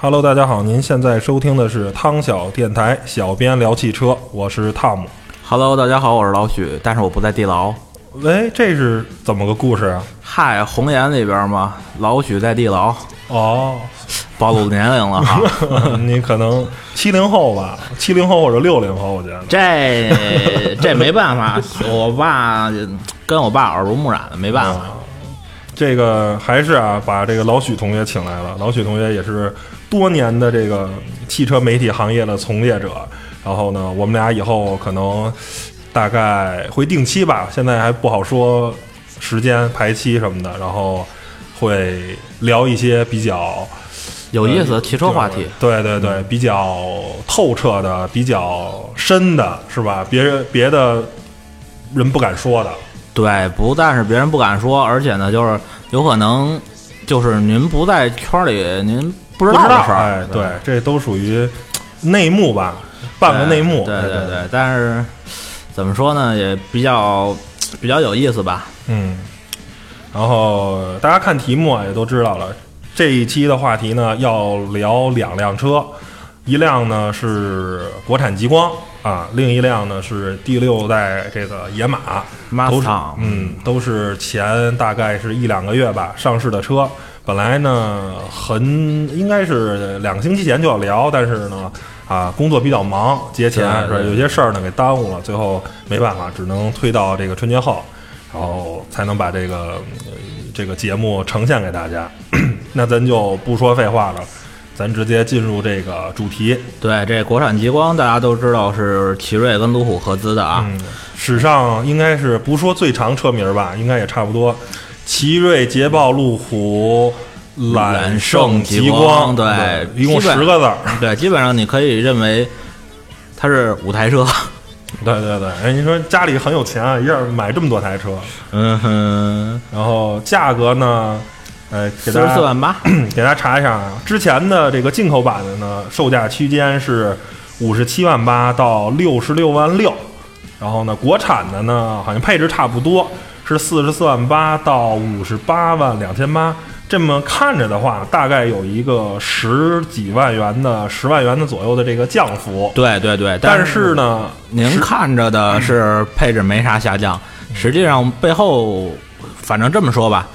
Hello，大家好，您现在收听的是汤小电台，小编聊汽车，我是汤姆。 Hello，大家好，我是老许，但是我不在地牢。喂，这是怎么个故事啊？嗨，红岩里边嘛，老许在地牢，哦，暴露年龄了哈。 你可能七零后吧，七零后或者六零后，我觉得。这这没办法，我爸跟我爸耳濡目染的，没办法。哦这个还是啊，把这个老许同学请来了。老许同学也是多年的这个汽车媒体行业的从业者。然后呢，我们俩以后可能大概会定期吧，现在还不好说时间排期什么的。然后会聊一些比较 有意思，汽车话题，对对对，比较透彻的、比较深的，是吧？别人别的人不敢说的。对，不但是别人不敢说，而且呢，就是有可能就是您不在圈里，您不不知知道道的事儿。哎，对，这都属于内幕吧，半个内幕。对哎对对对，但是怎么说呢，也比较比较有意思吧。嗯。然后大家看题目啊，也都知道了。这一期的话题呢，要聊两辆车，一辆呢是国产极光啊，另一辆呢是第六代这个野马。都是 Mustang，嗯，都是前大概是一两个月吧上市的车。本来呢，很应该是两个星期前就要聊，但是呢，啊，工作比较忙，节前是对吧？对有些事儿呢给耽误了，最后没办法，只能推到这个春节后，然后才能把这个呃这个节目呈现给大家。 那咱就不说废话了，咱直接进入这个主题。对，这国产极光大家都知道是奇瑞跟路虎合资的啊。嗯，史上应该是不说最长车名儿吧，应该也差不多。奇瑞、捷豹、路虎、揽胜、极揽胜极光对一共基十本个字儿。对，基本上你可以认为它是五台车。对对对，哎，你说家里很有钱啊，一下买这么多台车，嗯 哼，然后价格呢，呃，给四大十家 四万八，给大家查一下啊，之前的这个进口版的呢，售价区间是五十七万八到六十六万六，然后呢，国产的呢好像配置差不多，是四十四万八到五十八万两千八。这么看着的话，大概有一个十几万元的、十万元的左右的这个降幅。对对对，但是是嗯呢，您看着的是配置没啥下降，实际上背后，反正这么说吧，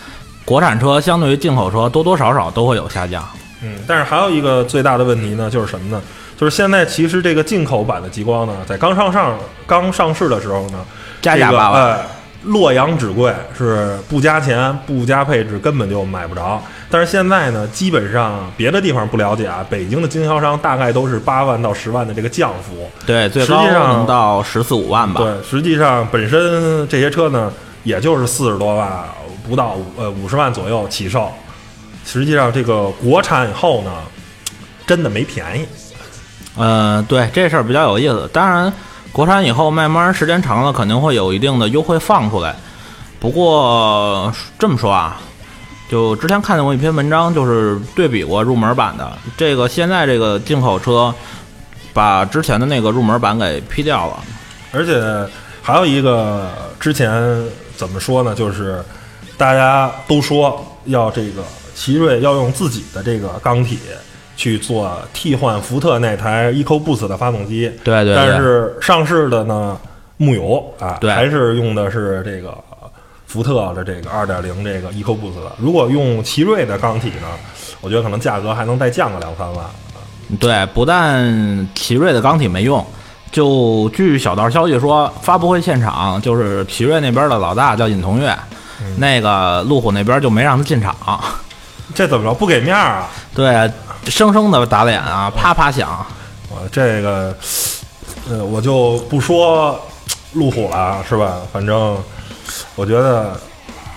国产车相对于进口车多多少少都会有下降。嗯，但是还有一个最大的问题呢，就是什么呢？就是现在其实这个进口版的极光呢，在刚上上刚上市的时候呢，加价八万这个哎洛阳纸贵是不加钱不加配置根本就买不着，但是现在呢，基本上别的地方不了解啊，北京的经销商大概都是八万到十万的这个降幅。对，最实际高上能到十四五万吧。对，实际上本身这些车呢，也就是四十多万，不到五呃五十万左右起售。实际上这个国产以后呢，真的没便宜。嗯，对，这事儿比较有意思。当然，国产以后慢慢时间长了，肯定会有一定的优惠放出来。不过这么说啊，就之前看见过一篇文章，就是对比过入门版的这个，现在这个进口车把之前的那个入门版给批掉了。而且还有一个之前怎么说呢，就是大家都说要这个奇瑞要用自己的这个钢体去做替换福特那台 EcoBoost 的发动机，对对对，但是上市的呢木有啊，对还是用的是这个福特的这个二点零这个 EcoBoost 的。如果用奇瑞的钢体呢，我觉得可能价格还能再降个两三万。对，不但奇瑞的钢体没用，就据小道消息说，发布会现场就是奇瑞那边的老大叫尹同跃，那个路虎那边就没让他进场。这怎么着不给面儿啊？对，生生的打脸啊，啪啪响。我啊这个，呃，我就不说路虎了啊，是吧？反正我觉得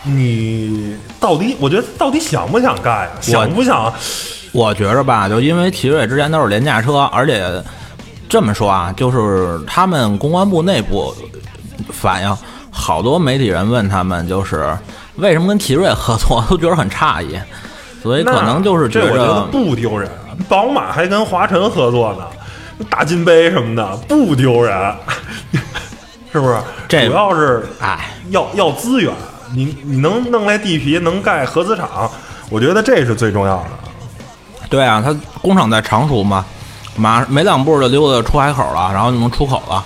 你到底，我觉得到底想不想干呀？想不想？我觉着吧，就因为奇瑞之前都是廉价车，而且这么说啊，就是他们公关部内部反映，好多媒体人问他们，就是为什么跟奇瑞合作，都觉得很诧异。所以那可能就是觉这，我觉得着，不丢人。宝马还跟华晨合作呢，大金杯什么的不丢人， 是不是？这主要是哎，要要资源，你你能弄来地皮，能盖合资厂，我觉得这是最重要的。对啊，它工厂在常熟嘛，马没两步就溜达出海口了，然后就能出口了。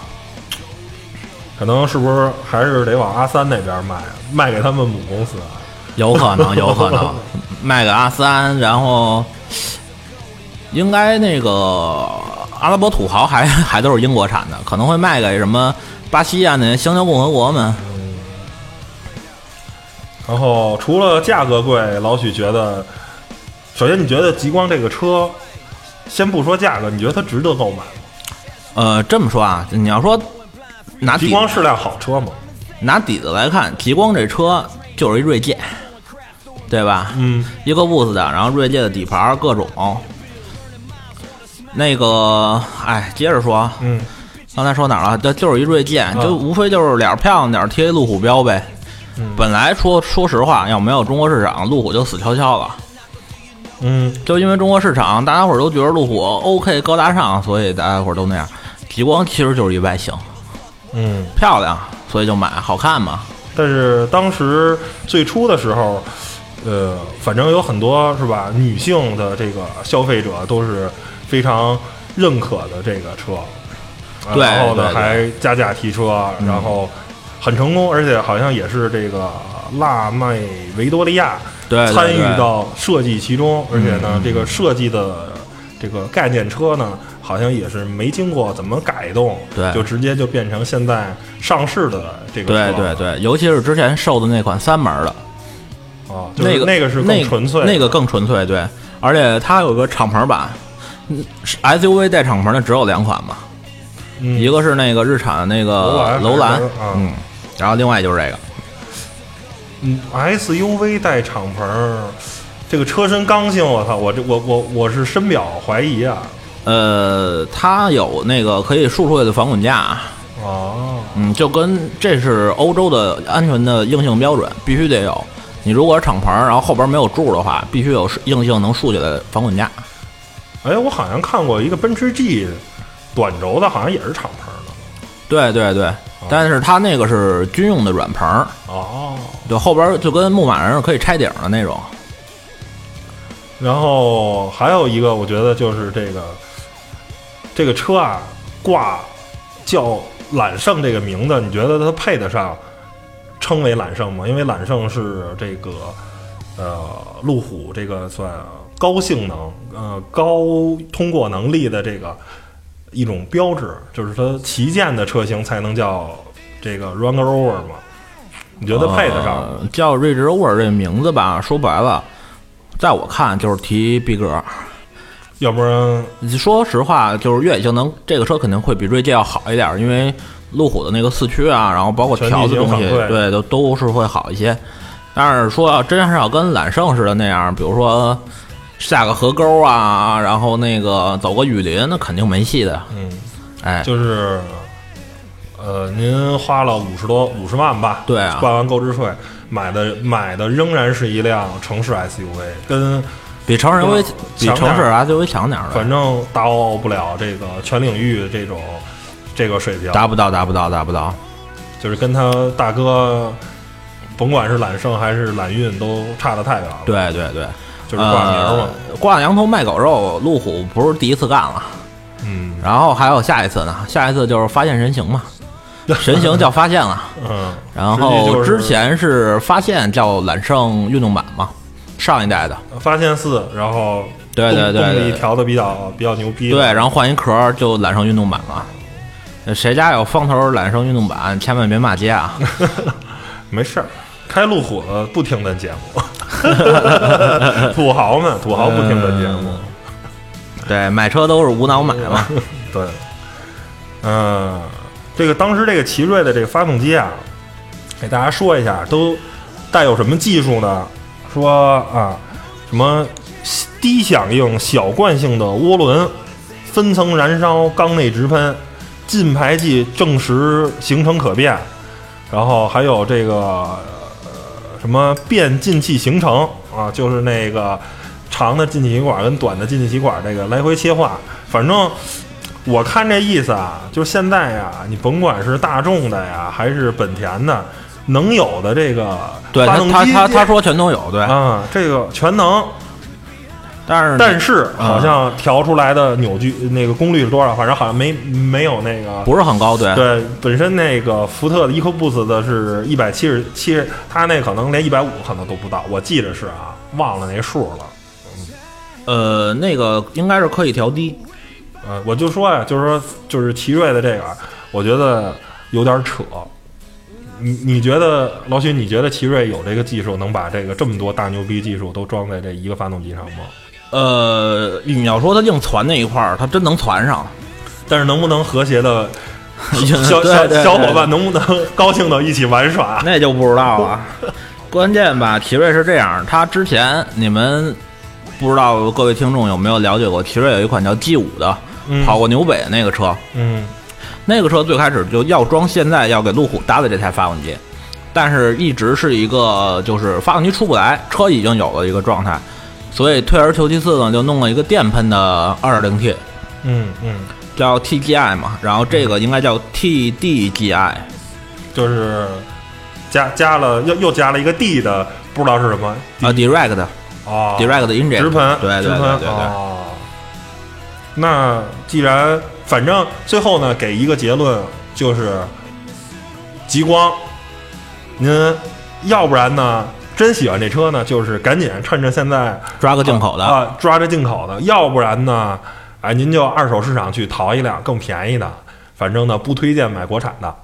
可能是不是还是得往阿三那边卖，卖给他们母公司啊？有可能，有可能卖给阿三，然后应该那个阿拉伯土豪还 还都是英国产的，可能会卖给什么巴西啊那些香蕉共和国们。然后除了价格贵，老许觉得，首先你觉得极光这个车，先不说价格，你觉得它值得购买吗？呃，这么说啊，你要说拿极底光是辆好车吗？拿底子来看，极光这车就是一锐界，对吧？嗯，一个 Boost 的，然后锐界的底盘各种。那个，哎，接着说，嗯，刚才说哪儿了？这就是一锐界，就无非就是脸儿漂亮点儿贴路虎标呗。嗯本来说说实话，要没有中国市场，路虎就死翘翘了。嗯，就因为中国市场，大家伙儿都觉得路虎 OK 高大上，所以大家伙儿都那样。极光其实就是一外形，嗯，漂亮，所以就买，好看嘛。但是当时最初的时候，呃，反正有很多是吧，女性的这个消费者都是非常认可的这个车，啊对然后呢对嗯对还加价提车，然后很成功，而且好像也是这个辣妹维多利亚对嗯对参与对到设计其中，而且呢，这个设计的这个概念车呢，好像也是没经过怎么改动，对就直接就变成现在上市的这个车对了，对对，尤其是之前售的那款三门儿的，啊，就是那个那个是更纯粹的，那个更纯粹，对，而且它有个敞篷版嗯是，SUV 带敞篷的只有两款嘛，嗯一个是那个日产的那个楼兰楼兰还是，啊嗯，然后另外就是这个，嗯 SUV 带敞篷儿，这个车身刚性，我操，我这我我我是深表怀疑啊呃，它有那个可以竖出来的防滚架，哦，嗯，就跟这是欧洲的安全的硬性标准，必须得有。你如果是敞篷，然后后边没有柱的话，必须有硬性能竖起来的防滚架。哎，我好像看过一个奔驰 G 短轴的，好像也是敞篷儿的对对对，但是它那个是军用的软棚，哦。对，后边就跟牧马人是可以拆顶的那种。然后还有一个，我觉得就是这个这个车啊，挂叫揽胜这个名字，你觉得它配得上称为揽胜吗？因为揽胜是这个呃路虎这个算高性能呃高通过能力的这个一种标志，就是它旗舰的车型才能叫这个 Range Rover 嘛。你觉得配得上吗？呃叫瑞驰沃尔这名字吧，说白了，在我看就是提逼格。要不然说实话，就是越野性能这个车肯定会比锐界要好一点，因为路虎的那个四驱啊，然后包括调的全东地西形反馈，对，都都是会好一些。但是说要真是要跟揽胜似的那样，比如说下个河沟啊，然后那个走个雨林，那肯定没戏的。嗯。哎，就是，呃，您花了五十多五十万吧？对啊办完购置税，买的买的仍然是一辆城市 SUV，跟比城市强 SUV 比点儿城市 SUV 强点儿的反，正达到不了这个全领域这种这个水平，达不到，达不到，达不到。就是跟他大哥，甭管是揽胜还是揽运，都差得太远了。，对对对，就是挂名儿嘛。呃挂羊头卖狗肉，路虎不是第一次干了，嗯然后还有下一次呢，下一次就是发现神行 嘛，神行叫发现了，嗯，然实际后就是之前是发现叫揽胜运动版嘛，上一代的，发现四，然后对对动对动对力调的比较比较牛逼。对，然后换一壳儿就揽胜运动版了。呃谁家有方头揽胜运动版，千万别骂街 啊！没事儿，开路虎的不听咱节目， 土豪们，土豪不听咱节目。对，买车都是无脑买嘛。对，嗯、这个当时这个奇瑞的这个发动机啊，给大家说一下，都带有什么技术呢？说啊，什么低响应小惯性的涡轮，分层燃烧缸内直喷，进排气正时行程可变，然后还有这个呃什么变进气行程啊，就是那个长的进气啊歧管跟短的进气歧管这个来回切换。反正我看这意思啊，就是现在呀，你甭管是大众的呀，还是本田的，能有的这个对发他动机 啊他他他说全都有，对，啊，这个全能。但是但是嗯好像调出来的扭矩那个功率是多少？反正好像没没有那个不是很高，对，对，本身那个福特的 EcoBoost 的是一百七十七，它那可能连一百五可能都不到，我记着是啊，忘了那数了。呃，那个应该是可以调低，呃，我就说呀、就是说，就是奇瑞的这个，我觉得有点扯。你你觉得老许，你觉得奇瑞有这个技术能把这个这么多大牛逼技术都装在这一个发动机上吗？呃，你要说它硬传那一块儿，它真能传 上，但是能不能和谐的 对小小对小对伙伴能不能 高兴的一起玩耍？那就不知道了。 关键吧，奇瑞是这样，它之前你们不知道各位听众有没有了解过，奇瑞有一款叫 G 五的，嗯跑过纽北那个车，嗯那个车最开始就要装，现在要给路虎搭的这台发动机，但是一直是一个就是发动机出不来，车已经有了一个状态，所以退而求其次呢，就弄了一个电喷的 2.0T，嗯嗯，叫 TGI 嘛，然后这个应该叫 TDGI，就是加加了又又加了一个 D 的，不知道是什么啊，Direct 啊 Direct Inject，嗯直喷，对直对喷对对对，哦。那既然反正最后呢，给一个结论就是，极光，您要不然呢，真喜欢这车呢，就是赶紧趁着现在抓个进口的。啊，抓着进口的，要不然呢，哎，您就二手市场去淘一辆更便宜的。反正呢，不推荐买国产的。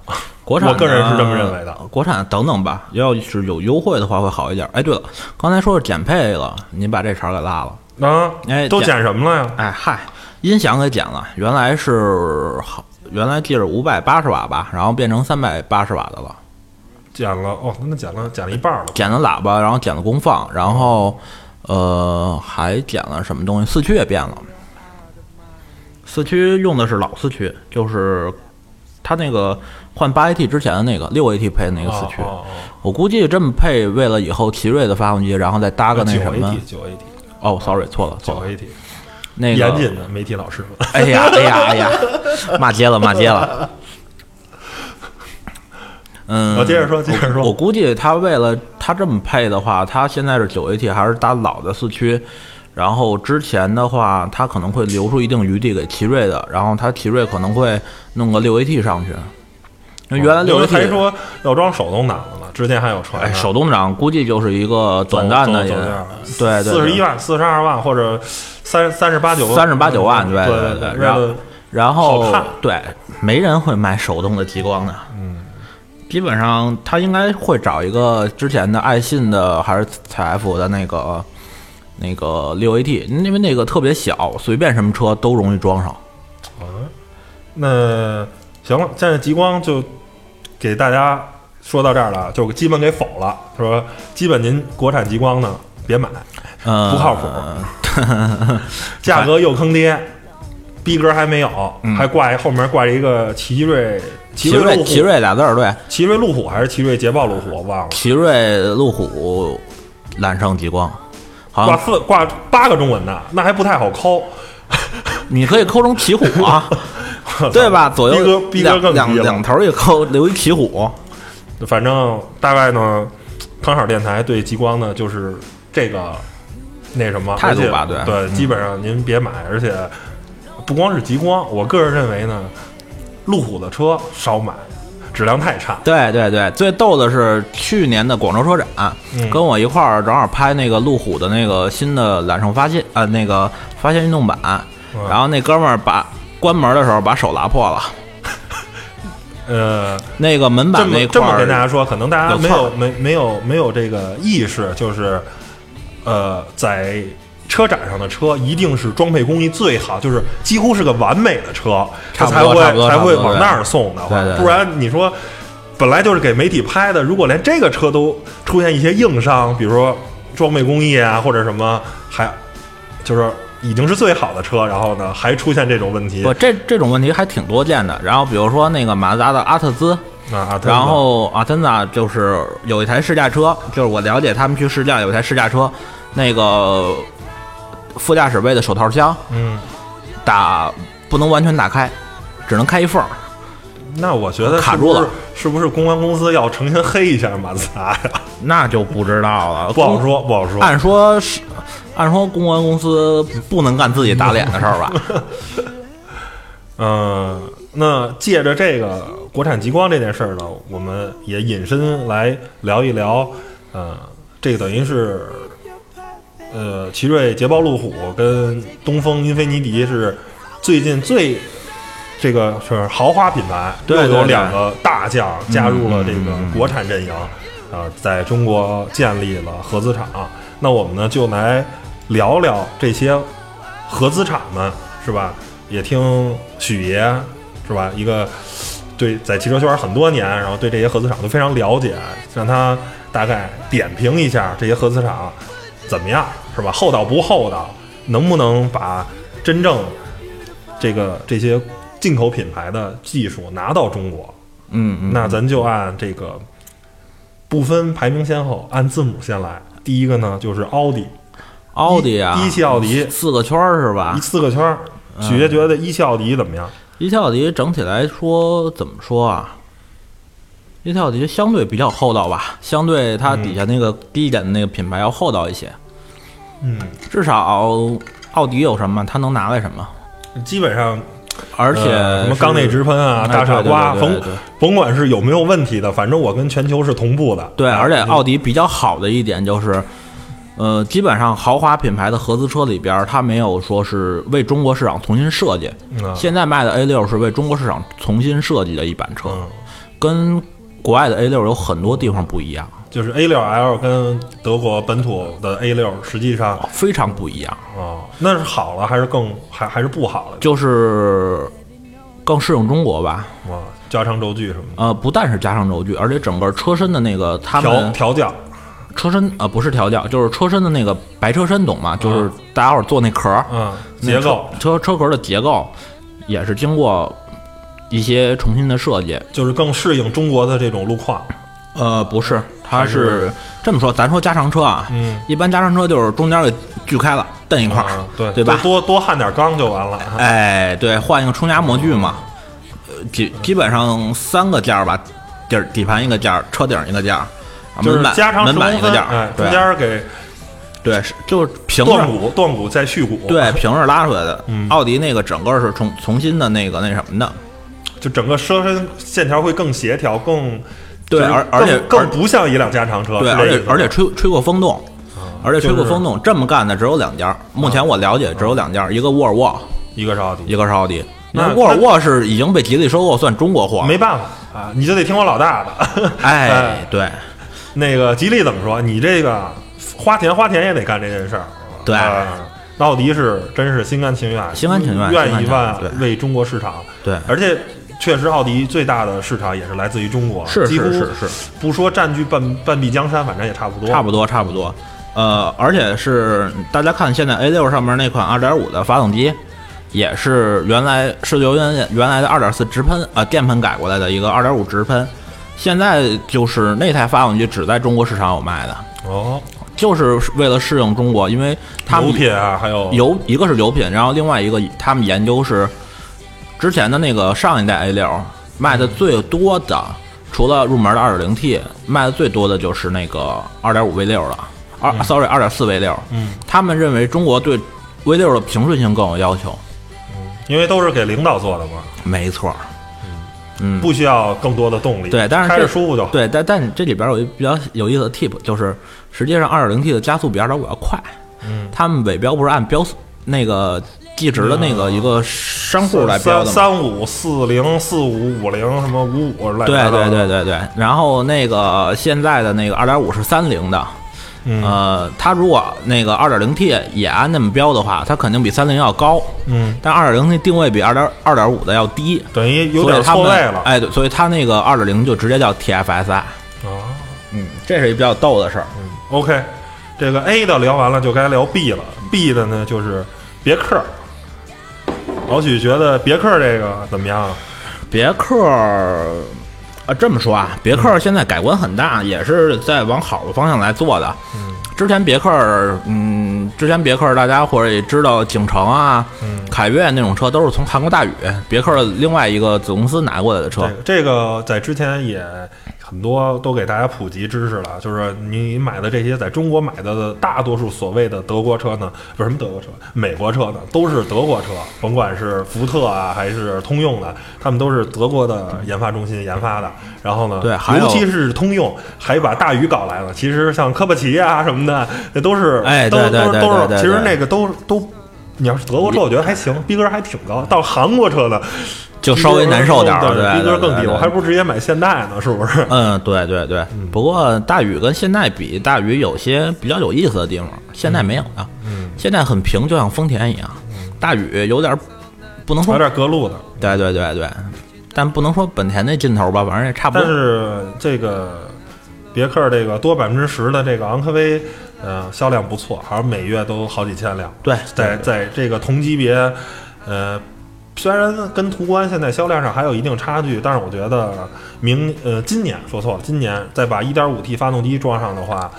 国产的，我个人是这么认为的国产等等吧，要是有优惠的话会好一点。哎，对了，刚才说是减配了，您把这茬儿给落了。啊，哎都减减什么了呀？哎嗨，音响给减了，原来是好，原来记着五百八十瓦吧，然后变成三百八十瓦的了，减了哦，那减了减了一半了。减了喇叭，然后减了功放，然后呃还减了什么东西？四驱也变了，四驱用的是老四驱，就是它那个换八 AT 之前的那个六 AT 配的那个四驱。哦哦哦我估计这么配，为了以后奇瑞的发动机，然后再搭个那九什么 AT，？九 AT，哦，sorry，错了，九错了， AT，那个严谨的媒体老师们。哎呀，哎呀，哎呀，骂街了，骂街了。嗯， 我接着说接着说我。我估计他为了他这么配的话，他现在是九 AT 还是搭老的四驱，然后之前的话，他可能会留出一定余地给奇瑞的，然后他奇瑞可能会弄个六 AT 上去，因为原来有六人 AT 还哦说要装手动挡的呢，之前还有传哎，呢手动挡估计就是一个短暂的也走走走样，对对，四十一对万、四十二万或者三三十八九、 38九万对对对对对为然后了然后好看对，没人会买手动的极光的。嗯，基本上他应该会找一个之前的爱信的还是采埃孚的那个那个六 AT，因为那个特别小，随便什么车都容易装上。那行了，现在极光就给大家说到这儿了，就基本给否了，说基本您国产极光呢别买，呃嗯，不靠 谱价格又坑爹，逼格还没有，还挂一后面挂着一个奇瑞奇嗯奇瑞路奇虎瑞俩字儿，对，奇瑞路虎还是奇瑞捷豹路虎，我忘了。奇瑞路虎揽胜极光，好挂像四挂八个中文的，那还不太好抠。你可以抠成骑虎 啊，对吧？左逼右哥逼哥两更两逼了两头儿一抠，留一骑虎。反正大概呢，汤勺电台对极光呢就是这个那什么态度吧而且对嗯对，基本上您别买，而且不光是极光，我个人认为呢，路虎的车少买，质量太差。对对对，最逗的是去年的广州车展，嗯跟我一块儿正好拍那个路虎的那个新的揽胜发现呃那个发现运动版，嗯然后那哥们儿把关门的时候把手拉破了，呃，那个门这板那么块这么儿跟大家说，可能大家有没刺儿有没没有没有这个意识，就是呃，在车展上的车一定是装配工艺最好，就是几乎是个完美的车，它差不才多会差不多才差不会多往对那儿送的话对对，对不然你说。本来就是给媒体拍的，如果连这个车都出现一些硬伤，比如说装备工艺啊，或者什么，还就是已经是最好的车，然后呢还出现这种问题不，这这种问题还挺多见的。然后比如说那个马自达的阿特兹，啊，然后阿森纳就是有一台试驾车，就是我了解他们去试驾有一台试驾车，那个副驾驶位的手套箱嗯，打不能完全打开，只能开一缝儿。那我觉得卡是不住是了是不是公关公司要诚心黑一下马自达 呀？那就不知道了，不好。说，不好说。按说是，按说公关公司不能干自己打脸的事 儿吧？嗯，那借着这个国产极光这件事儿呢，我们也引申来聊一聊，呃，这个等于是，呃，奇瑞捷豹路虎跟东风英菲尼迪是最近最这个是豪华品牌，对又有对嗯对两个大将加入了这个国产阵营，啊、在中国建立了合资厂。那我们呢就来聊聊这些合资厂们是吧？也听许爷是吧？一个对在汽车圈很多年，然后对这些合资厂都非常了解，让他大概点评一下这些合资厂怎么样是吧？厚道不厚道？能不能把真正这个这些进口品牌的技术拿到中国？嗯嗯，那咱就按这个不分排名先后，按字母先来。第一个呢就是奥迪，奥迪啊，一汽奥迪四个圈儿是吧一？四个圈儿，许爷觉得一汽奥迪怎么样？一汽奥迪整体来说怎么说啊？一汽奥迪相对比较厚道吧，相对它底下那个低一点的那个品牌要厚道一些。嗯，至少奥迪有什么，它能拿来什么，基本上而且呃什么是缸内直喷啊、哎大傻对对瓜，对对甭对甭管是有没有问题的，反正我跟全球是同步的。对，啊而且嗯奥迪比较好的一点就是，呃，基本上豪华品牌的合资车里边儿，它没有说是为中国市场重新设计。嗯啊现在卖的 A 六是为中国市场重新设计的一版车，嗯，跟国外的 A 六有很多地方不一样，就是 A 六 L 跟德国本土的 A 六，实际上非常不一样，哦，那是好了还是更还还是不好了？就是更适应中国吧。啊，加长轴距什么呃，不但是加上轴距，而且整个车身的那个他的，调们调教，车身呃不是调教，就是车身的那个白车身，懂吗？就是大家伙儿坐那壳儿，嗯，啊结构车车壳的结构也是经过一些重新的设计。就是更适应中国的这种路况。呃，不是，它还是是这么说，咱说加长车啊，嗯，一般加长车就是中间给锯开了，蹬一块儿、啊对对吧？多多焊点钢就完了。啊哎，对，换一个冲压模具嘛，呃，基基本上三个件儿吧，底儿底盘一个件儿，车顶一个件儿，啊就是门板加长门十板公一个分，件儿，哎，中对啊间儿给对，是就是平着断骨、断骨再续骨，对，平着拉出来的。嗯啊奥迪那个整个是重重新的那个那什么的，就整个车身线条会更协调，更对就是而更而且更不像一辆加长车，对，是而这且意思啊而且吹吹过风洞，而且吹过就是风洞，这么干的只有两家儿。目前我了解只有两家儿，一个沃尔沃，一个是奥迪，一个是奥迪。那沃尔沃是已经被吉利收购，算中国货。没办法啊，你就得听我老大的。 哎哎，对那个吉利怎么说？你这个花钱花钱也得干这件事儿。对啊那奥迪是真是心甘情愿，心甘情愿心甘愿意情愿对万为中国市场。对，而且确实，奥迪最大的市场也是来自于中国，是几乎是是是，不说占据半半壁江山，反正也差不多。差不多差不多。呃，而且是大家看现在 A 六上面那款2.5的发动机，也是原来是由原原来的2.4直喷啊、呃电喷改过来的一个2.5直喷，现在就是那台发动机只在中国市场有卖的，哦，就是为了适应中国，因为他油们品啊，还有油一个是油品，然后另外一个他们研究是之前的那个上一代 A 六卖的最多的，除了入门的 2.0T 卖的最多的就是那个 2.5V 六了，二、sorry 2.4V 六。嗯，他们认为中国对 V 六的平顺性更有要求，因为都是给领导做的嘛，没错儿。嗯，不需要更多的动力。对但是开着这舒服就好。对，但但这里边有一比较有意思的 tip，就是实际上 2.0T 的加速比2.5要快。嗯，他们尾标不是按标速那个计值的那个一个商户来三标的吗？三五四零四五五零什么五五来对对，对对对对，然后那个现在的那个二点五是三零的，嗯呃，它如果那个二点零 T 也按那么标的话，它肯定比三零要高，嗯，但二点零 T 定位比二点二点五的要低，等于有所点以他错们位了。哎，对，所以它那个二点零就直接叫 TFSI，啊嗯，这是一比较逗的事儿。 ，OK，这个 A 的聊完了，就该聊 B 了。B 的呢就是别克。老许觉得别克这个怎么样？啊别克儿，啊，这么说啊，别克儿现在改观很大，也是在往好的方向来做的。之前别克儿，嗯，之前别克儿大家或者也知道，景程啊、嗯凯越那种车都是从韩国大宇别克儿的另外一个子公司拿过来的车这。个这个在之前也很多都给大家普及知识了，就是你买的这些在中国买的大多数所谓的德国车呢，不是什么德国车，美国车呢，都是德国车，甭管是福特啊还是通用的，他们都是德国的研发中心研发的。然后呢，对还有尤其是通用还把大宇搞来了。其实像科帕奇啊什么的，那都是哎都对对都是对都是对，对其实对那个都都。你要是德国车，我觉得还行，逼格还挺高。到韩国车呢，就稍微难受点儿，对，逼格对更低，对我还不如直接买现代呢，是不是？嗯，对对对。不过大宇跟现代比，大宇有些比较有意思的地方，现代没有啊。嗯，现代很平，就像丰田一样。大宇有点儿不能有说，点隔路的，对对对对，但不能说本田那劲头吧，反正也差不但多。是这个别克这个多百分之十的这个昂科威，呃，销量不错，好像每月都好几千辆，对，在在这个同级别，呃。虽然跟途观现在销量上还有一定差距，但是我觉得明呃今年说错了，今年再把 1.5T 发动机装上的话，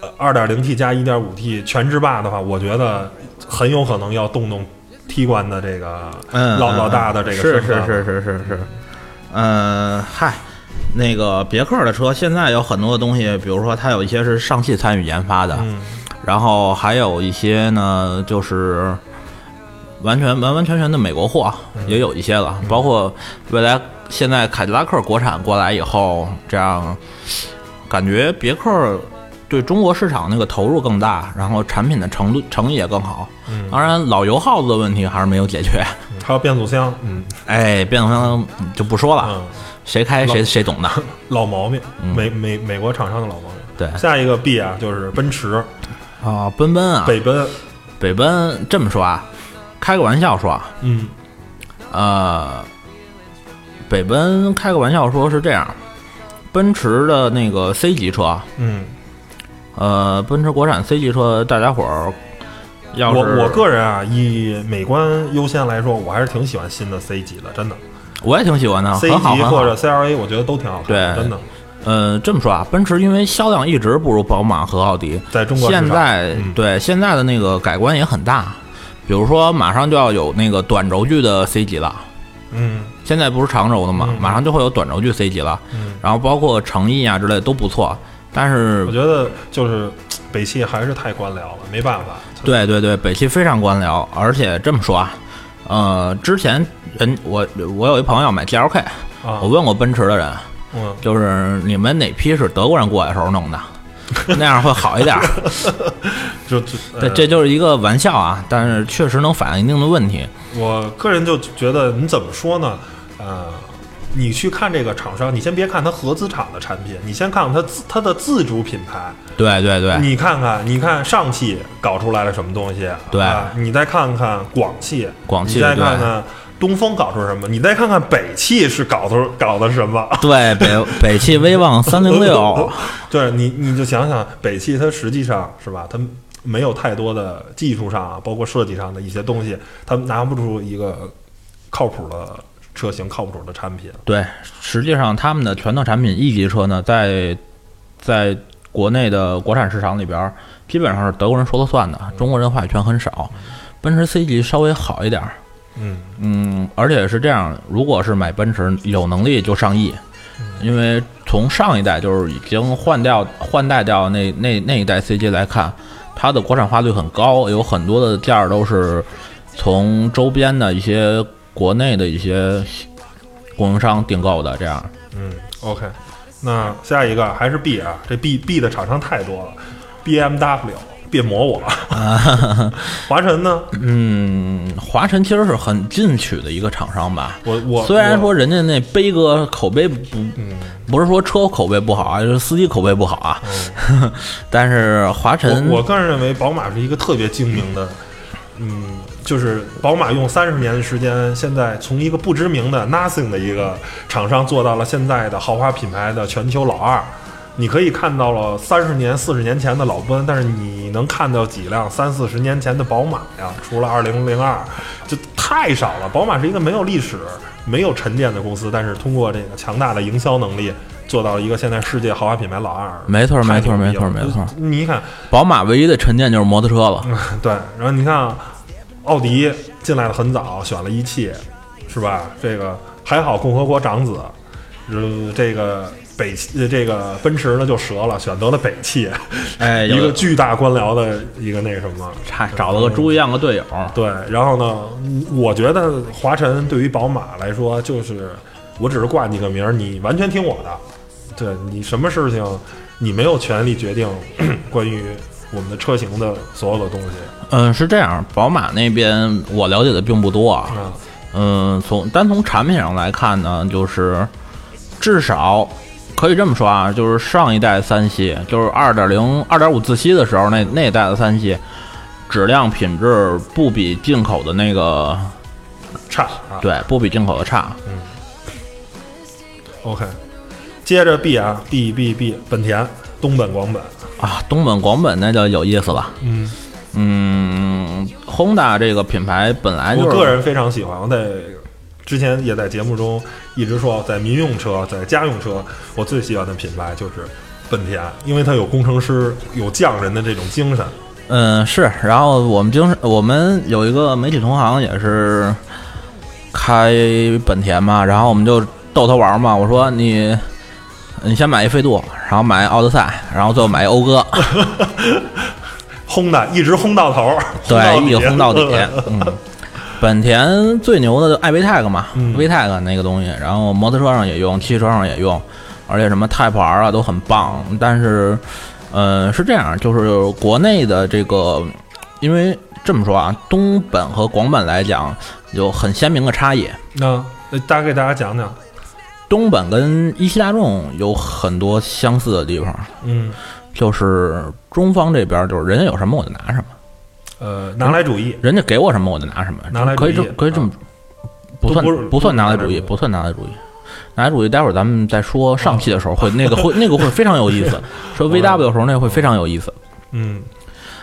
呃 2.0T 加 1.5T 全制霸的话，我觉得很有可能要动动 T 冠的这个嗯，老嗯老大的嗯这个是身份啊是了是是是是，嗯，嗨，那个别克的车现在有很多的东西，比如说它有一些是上汽参与研发的，嗯然后还有一些呢就是完全完完全全的美国货啊嗯也有一些了，包括未来现在凯迪拉克国产过来以后，这样感觉别克。对中国市场那个投入更大，然后产品的程度诚意也更好。嗯，当然，老油耗子的问题还是没有解决。还有变速箱，嗯哎，变速箱就不说了，嗯，谁开谁谁懂 的。老毛病，嗯美美美国厂商的老毛病。对下一个 B 啊，就是奔驰、啊，奔奔啊，北奔，北奔这么说啊，开个玩笑说啊，嗯呃，北奔开个玩笑说是这样，奔驰的那个 C 级车，啊嗯，呃，奔驰国产 C 级车，大家伙儿要是我我个人啊，以美观优先来说，我还是挺喜欢新的 C 级的，真的我也挺喜欢的， ，C 啊很好级很或好。者 CLA，我觉得都挺好看的，对真的，呃，这么说啊，奔驰因为销量一直不如宝马和奥迪，在中国市现场在、嗯对现在的那个改观也很大，比如说马上就要有那个短轴距的 C 级了，嗯现在不是长轴的嘛，嗯马上就会有短轴距 C 级了，嗯，然后包括诚意啊之类都不错，但是我觉得就是北汽还是太官僚了，没办法，对对对，北汽非常官僚，而且这么说啊，呃，之前人我我有一朋友要买 GLK，啊我，问过奔驰的人，嗯，就是你们哪批是德国人过来的时候 弄的，那样会好一点儿。就就这呃这就是一个玩笑啊，但是确实能反映一定的问题。我个人就觉得，你怎么说呢？呃，你去看这个厂商，你先别看它合资厂的产品，你先看看它自它的自主品牌。对对对，你看看，你看上汽搞出来了什么东西？对啊你再看看广汽，广汽你再对看看东风搞出什么，你再看看北汽是搞出搞的什么。 对北北汽威旺三零六，对你，你就想想北汽，它实际上是吧，它没有太多的技术上啊，包括设计上的一些东西，它拿不出一个靠谱的车型、靠谱的产品。对，实际上他们的拳头产品 E 级车呢，在在国内的国产市场里边儿，基本上是德国人说了算的，中国人话语权很少。奔驰 C 级稍微好一点儿，嗯嗯，而且是这样，如果是买奔驰，有能力就上 E，因为从上一代就是已经换掉换代掉那那那一代 C 级来看，它的国产化率很高，有很多的件儿都是从周边的一些国内的一些供应商订购的，这样嗯，OK，那下一个还是 B 啊，这 B B 的厂商太多了，BMW 别磨我， 华晨呢？嗯，华晨其实是很进取的一个厂商吧。我我虽然我说人家那悲歌口碑不嗯不是说车口碑不好啊，就是司机口碑不好啊，但是华晨我我个人认为宝马是一个特别精明的，嗯，就是宝马用三十年的时间，现在从一个不知名的 nothing 的一个厂商做到了现在的豪华品牌的全球老二。你可以看到了三十年、四十年前的老奔，但是你能看到几辆三四十年前的宝马呀？除了二零零二，就太少了。宝马是一个没有历史、没有沉淀的公司，但是通过这个强大的营销能力，做到了一个现在世界豪华品牌老二。没错，太没错，牛没逼错，了没错。。你看，宝马唯一的沉淀就是摩托车了， 对，然后你看啊，奥迪进来的很早，选了一汽，是吧？这个还好，共和国长子，呃，这个北汽呃这个奔驰呢就折了，选择了北汽，哎，一有个巨大官僚的一个那什么。差找了个猪一样的队友，对，然后呢，我觉得华晨对于宝马来说，就是我只是挂你个名儿，你完全听我的。对你什么事情，你没有权利决定 关于我们的车型的所有的东西嗯，是这样，宝马那边我了解的并不多啊，啊。嗯，从单从产品上来看呢，就是至少可以这么说啊，就是上一代三系，就是二点零、二点五自吸的时候那那一代的三系，质量品质不比进口的那个差啊。对，不比进口的差。 OK，接着 B 啊，B B B，本田、东本、广本，啊，东本、广本那就有意思了。嗯，嗯，Honda 这个品牌本来就我是，个人非常喜欢。我在之前也在节目中一直说，在民用车、在家用车，我最喜欢的品牌就是本田，因为它有工程师、有匠人的这种精神。嗯是。然后我们经我们有一个媒体同行也是开本田嘛，然后我们就逗他玩嘛，我说你。你先买一飞度，然后买奥德赛，然后最后买一讴歌，轰的，一直轰到头，对，一直直轰到底。 嗯，本田最牛的就爱 VTEC 嘛、嗯 v t e c 那个东西，然后摩托车上也用，汽车上也用，而且什么 Type R 啊都很棒。但是，呃，是这样，就是国内的这个，因为这么说啊，东本和广本来讲有很鲜明的差异。那嗯那大概给大家讲讲，东本跟一汽大众有很多相似的地方，嗯，就是中方这边就是人家有什么我就拿什么，呃，拿来主义，人家给我什么我就拿什么，拿来主可义以这可以这么不不算不是不算拿来主不义，是不算拿来主义。拿来主义，待会儿咱们再说上期的时候会那个会那个会非常有意 思，说 VW 的时候那会非常有意思。嗯，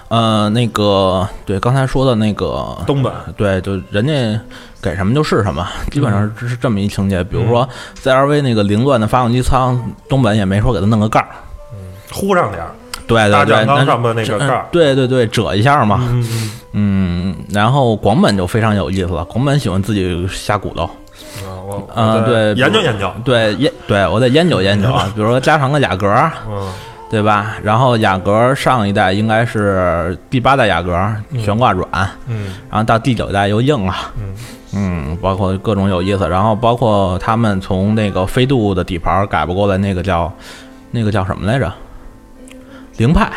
呃，那个对刚才说的那个，东本，对，就人家给什么就是什么，基本上这是这么一情节。嗯比如说 CRV 那个凌乱的发动机舱，东本也没说给它弄个盖儿，呼上点儿，对大对呃对，酱缸那上面那个盖儿，对对对，折一下嘛。嗯嗯嗯，然后广本就非常有意思了，广本喜欢自己瞎鼓捣。嗯，啊我啊我再对研究研究，对研对我得研究研究啊，比如说加长个雅阁，嗯。对吧？然后雅阁上一代应该是第八代雅阁悬挂软，嗯然后到第九代又硬了，嗯嗯，包括各种有意思，然后包括他们从那个飞度的底盘改不过来，那个叫那个叫什么来着？凌派，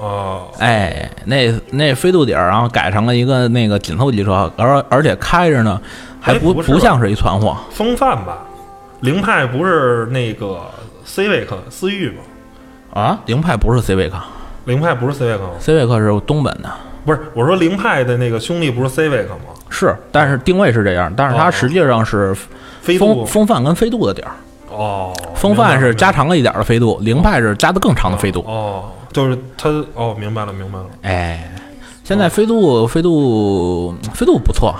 哦，哎，那那飞度底儿，然后改成了一个那个紧凑级车，而而且开着呢，还哎不不是吧像是一团货，风范吧，凌派不是那个 Civic 思域吗？啊，凌派不是 Civic，Civic 凌派不是 Civic 吗？是东本的，不是，我说凌派的那个兄弟不是 Civic 吗？是，但是定位是这样，但是它哦实际上是飞风度风范跟飞度的点儿，哦，风明白了范是加长了一点儿的飞度，凌派是加的更长的飞度。哦，就是它哦，明白了明白了，哎，现在飞度飞度飞度不错，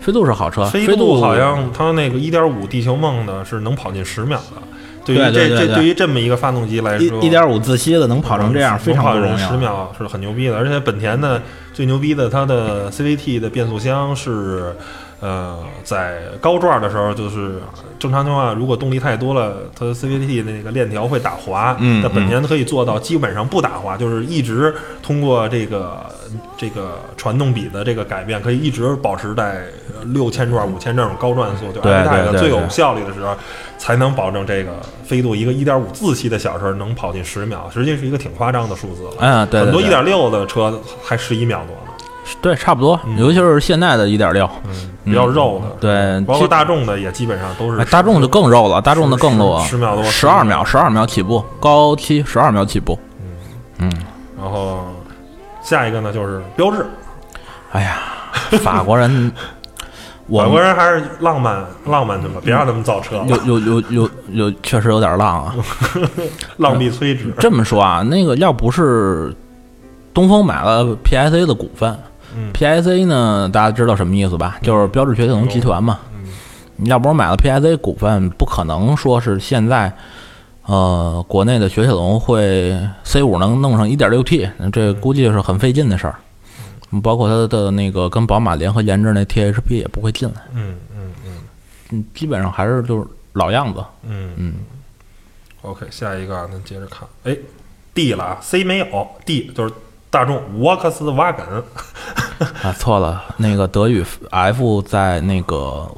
飞度是好车，啊飞度好像它那个一点五地球梦的是能跑进十秒的，对于对对这对对这对于这么一个发动机来一说，嗯一点五自吸的能跑成这样能非常不跑进容易十啊。秒是很牛逼的，而且本田的最牛逼的，它的 CVT 的变速箱是，呃，在高转的时候，就是正常情况下，如果动力太多了，它的 CVT 的那个链条会打滑。嗯但嗯本田可以做到基本上不打滑，就是一直通过这个这个传动比的这个改变，可以一直保持在六千转、五千这种高转速，就对安泰对的对最有对效率的时候，才能保证这个飞度一个一点五自吸的小车能跑进十秒，实际是一个挺夸张的数字了。嗯，对，对很多对一点六的车还十一秒多呢，对，差不多，尤其是现在的一点六，嗯，比较肉的。对，包其括大众的也基本上都是哎，大众就更肉了，大众的更多， 10秒多十二秒，十二秒起步，高七十二秒起步。然后下一个呢就是标志，哎呀，法国人，我法们嗯国人还是浪漫浪漫去吧，别让他们造车了，有有有有有，确实有点浪啊。浪必摧之。这么说啊，那个要不是东风买了 PSA 的股份嗯，PSA 呢，大家知道什么意思吧？就是标致雪铁龙集团嘛。你要不是买了 PSA 股份，不可能说是现在，呃，国内的雪铁龙会 C 五能弄上 1.6T，这估计是很费劲的事儿。包括它的那个跟宝马联合研制那 THP 也不会进来，嗯嗯嗯嗯基本上还是就是老样子。嗯嗯，OK，下一个啊，咱接着看，哎，D 了啊，C 没有，D 就是大众沃克斯瓦根，啊，错了，那个德语 F 在那个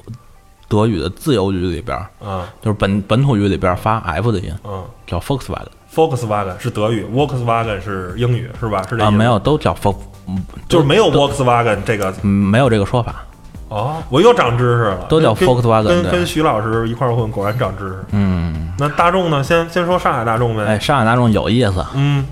德语的自由语里边儿，嗯就是本本土语里边儿发 F 的音，嗯叫 Volkswagen ，Volkswagen 是德语，Volkswagen 是英语是吧？是这意啊，思没有，都叫 Volk，嗯就是没有都 Volkswagen 这个嗯没有这个说法。哦，我又长知识了，都叫跟 Volkswagen，跟对跟徐老师一块儿混，果然长知识。嗯，那大众呢？先先说上海大众呗。哎，上海大众有意思，嗯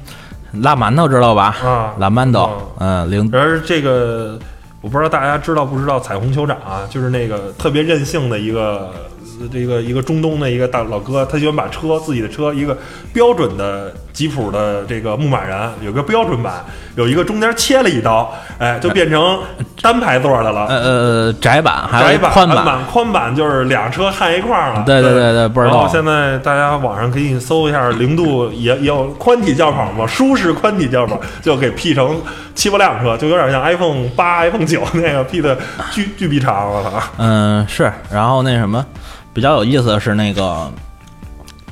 拉馒头知道吧？啊，拉馒头，嗯，零然而这个我不知道大家知道不知道彩虹酋长啊，就是那个特别任性的一个呃这个一个中东的一个大老哥，他喜欢把车自己的车一个标准的吉普的这个牧马人有个标准版，有一个中间切了一刀，哎，就变成单排座的了。呃呃窄版还窄有版、宽安，宽版就是俩车焊一块儿了。对对对对对不知道然后现在大家网上可以搜一下，零度也也有宽体轿跑嘛，舒适宽体轿跑就给 P 成七八辆车，就有点像 iPhone 八、iPhone 九 那个 P 的巨巨臂长了啊。嗯是。然后那什么，比较有意思的是那个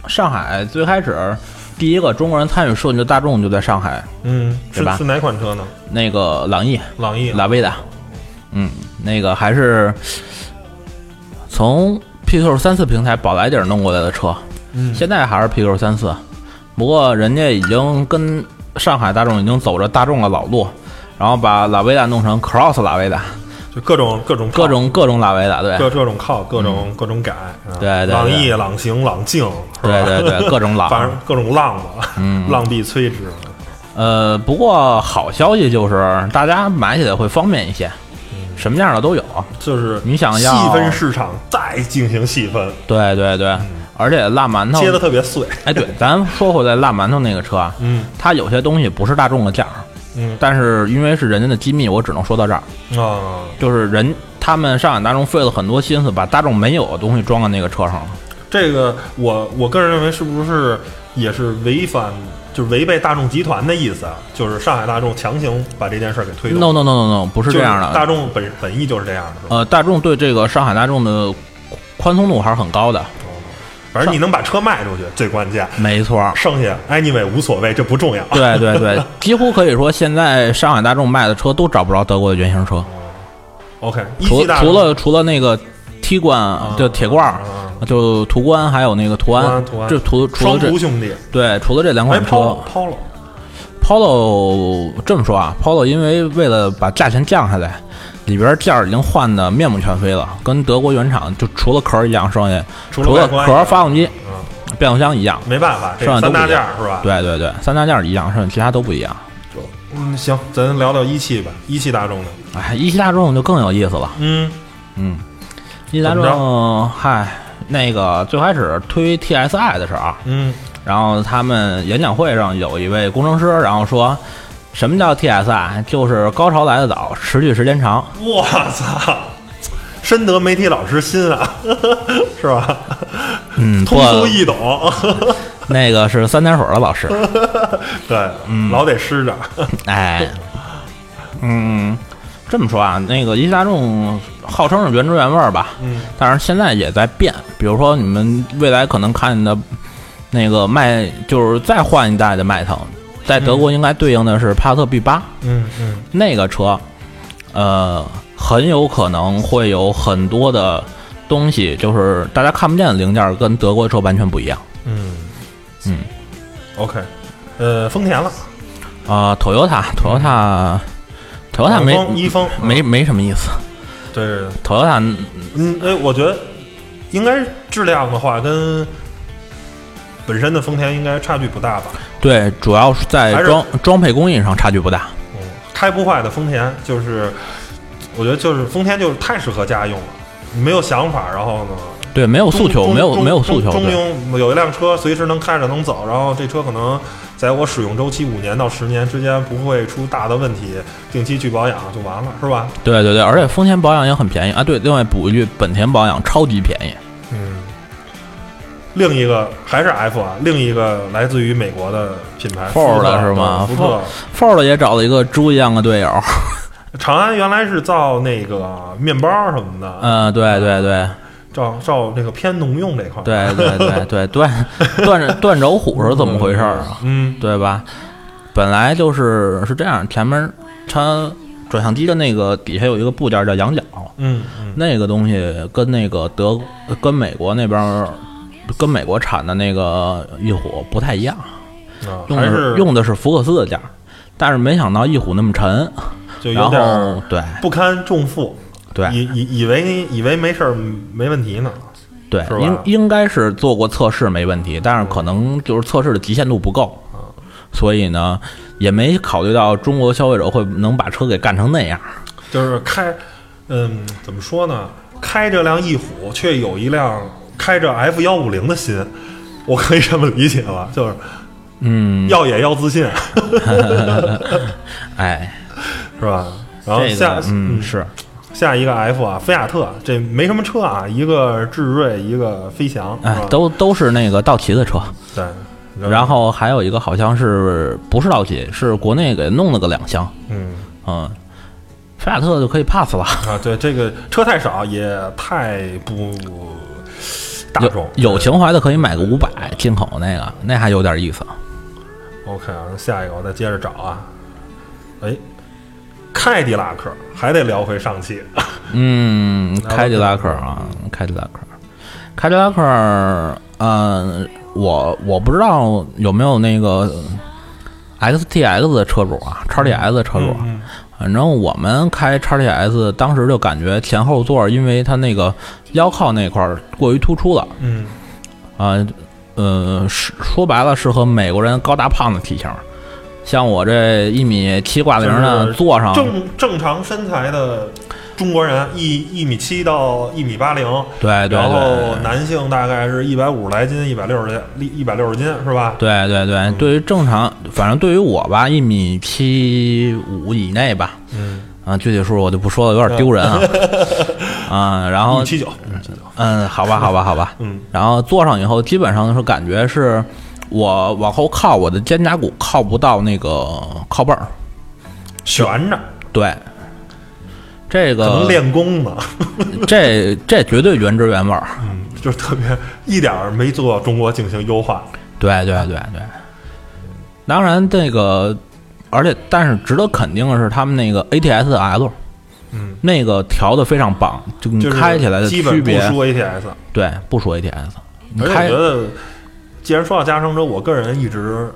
上海最开始第一个中国人参与设计的大众就在上海，嗯，是对吧是哪款车呢？那个朗逸、朗逸。啊拉维达，嗯，那个还是从 PQ 三四平台宝来点儿弄过来的车，嗯现在还是 PQ 三四，不过人家已经跟上海大众已经走着大众的老路，然后把拉维达弄成 Cross 拉维达，就各种各种各种各种拉维达，对靠。各各种靠各种各种改，啊对对对朗逸、朗行、朗境，是吧对啊嗯对 对，各种反拉正。各种浪吧， 浪必摧之。呃，不过好消息就是大家买起来会方便一些，嗯什么样的都有。就是你想要细分市场，再进行细分，对对对，嗯而且辣馒头切的特别碎。哎，对，咱说回来辣馒头那个车啊， 嗯它有些东西不是大众的价儿，嗯但是因为是人家的机密，我只能说到这儿。啊，就是人他们上海大众费了很多心思，把大众没有的东西装到那个车上了。这个我我个人认为是不是也是违反，就是违背大众集团的意思啊？就是上海大众强行把这件事儿给推动 No no no no no，不是就是这样的。大众本本意就是这样的，是吧？呃，大众对这个上海大众的宽松度还是很高的，反正你能把车卖出去最关键，。没错儿剩下 anyway 无所谓，这不重要。对对对，几乎可以说现在上海大众卖的车都找不着德国的原型车， OK，一除汽大众除了除了那个 T 冠就铁罐儿，啊就途观还有那个途途安安途安，就途除双了这足兄弟，对除了这两哎款车，Polo Polo， ，Polo 这么说啊，Polo 因为为了把价钱降下来，里边件儿已经换的面目全非了，跟德国原厂就除了壳儿一样，剩下除除外了观壳儿、发动机、嗯，变速箱一样，没办法，这剩下三都不大一件样儿是吧？对对对，三大件儿一样，剩下其他都不一样。嗯，行，咱聊聊一汽吧，一汽大众的，哎，一汽大众就更有意思了，嗯嗯，一汽大怎众，嗨，那个最开始推 TSI 的时候啊，嗯然后他们演讲会上有一位工程师，然后说。什么叫 TSI？就是高潮来得早，持续时间长。我操，深得媒体老师心啊， 是吧？嗯，通不俗易懂，那个是三点水的老师， 对，老得湿着。哎，嗯，这么说啊，那个一汽大众号称是原汁原味儿吧，嗯但是现在也在变，比如说你们未来可能看的，那个迈就是再换一代的迈腾，在德国应该对应的是帕萨特 B 八嗯嗯那个车，呃，很有可能会有很多的东西，就是大家看不见的零件儿跟德国车完全不一样。嗯嗯，OK，呃，丰田了，啊、t o y o t a t o y o t a t o y o t a 没风一丰没没什么意思。对对对， Toyota 嗯哎，我觉得应该质量的话跟。本身的丰田应该差距不大吧？对，主要是在还是装装配工艺上差距不大。嗯，开不坏的丰田就是，我觉得就是丰田就是太适合家用了，没有想法，然后呢，对，没哦有诉求，中没有中没有诉求，中中对庸有一辆车随时能开着能走，然后这车可能在我使用周期五年到十年之间不会出大的问题，定期去保养就完了，是吧？对对对，而且丰田保养也很便宜啊。对，另外补一句，本田保养超级便宜。嗯。另一个还是 F 啊，另一个来自于美国的品牌 Ford 福特的是吗对福特 Ford 也找了一个猪一样的队友，长安原来是造那个面包什么的，嗯，对对对照照那个偏农用这块儿。对对对对，断断断轴虎是怎么回事儿啊？嗯，对吧？本来就是是这样，前面它转向机的那个底下有一个部件叫羊角，嗯嗯那个东西跟那个德跟美国那边儿跟美国产的那个翼虎不太一样，啊，用还的是用的是福克斯的架，但是没想到翼虎那么沉，就有然点儿后对不堪重负，对以以以为以为没事儿没问题呢。对是，吧应应该是做过测试没问题，但是可能就是测试的极限度不够，嗯所以呢也没考虑到中国消费者会能把车给干成那样。就是开，嗯，怎么说呢？开这辆翼虎，却有一辆开着 F 幺五零的心，我可以这么理解了，就是嗯，要也要自信，哎，是吧？然后这下个嗯是下一个 F 啊，菲亚特，这没什么车啊，一个智锐，一个飞翔，是哎吧？都都是那个道奇的车，对，嗯然后还有一个好像是不是道奇，是国内给弄了个两厢，嗯。嗯，菲亚特就可以 pass 了。啊，对，这个车太少，也太不大众有。有情怀的可以买个五百进口那个，那还有点意思。 OK 啊，下一个我再接着找啊。哎，凯迪拉克还得聊回上汽，嗯，拉克开迪拉克啊，开迪拉克，开迪拉克，嗯，我我不知道有没有那个 XTX 的车主啊，XTS 的车主，嗯反正我们开 XTS 当时就感觉前后座，因为它那个腰靠那块儿过于突出了嗯，啊，呃，是说白了是和美国人高大胖子体型。像我这一米七挂零就的是坐上，啊正正常身材的中国人，一一米七到一米八零，哎对对对，然后男性大概是一百五十来斤，一百六十斤，一百六十斤是吧？对对嗯对，对于正常，反正对于我吧，一米七五以内吧，嗯，啊，具体数我就不说了，有点丢人啊。啊，然一后米七九，一米七九嗯，好吧，好吧，好吧，嗯然后坐上以后，基本上是感觉是我往后靠，我的肩胛骨靠不到那个靠背儿，悬着，对。这可能个练功呢。这这绝对原汁原味儿，嗯， 就是特别一点儿没做中国进行优化。对对对对。当然，这个而且但是值得肯定的是，他们那个 ATS L，嗯，那个调的非常棒，就你就是嗯开起来的基区本不别，输 ATS。对，不说 ATS，你而且我开觉得，既然说到加长车，我个人一直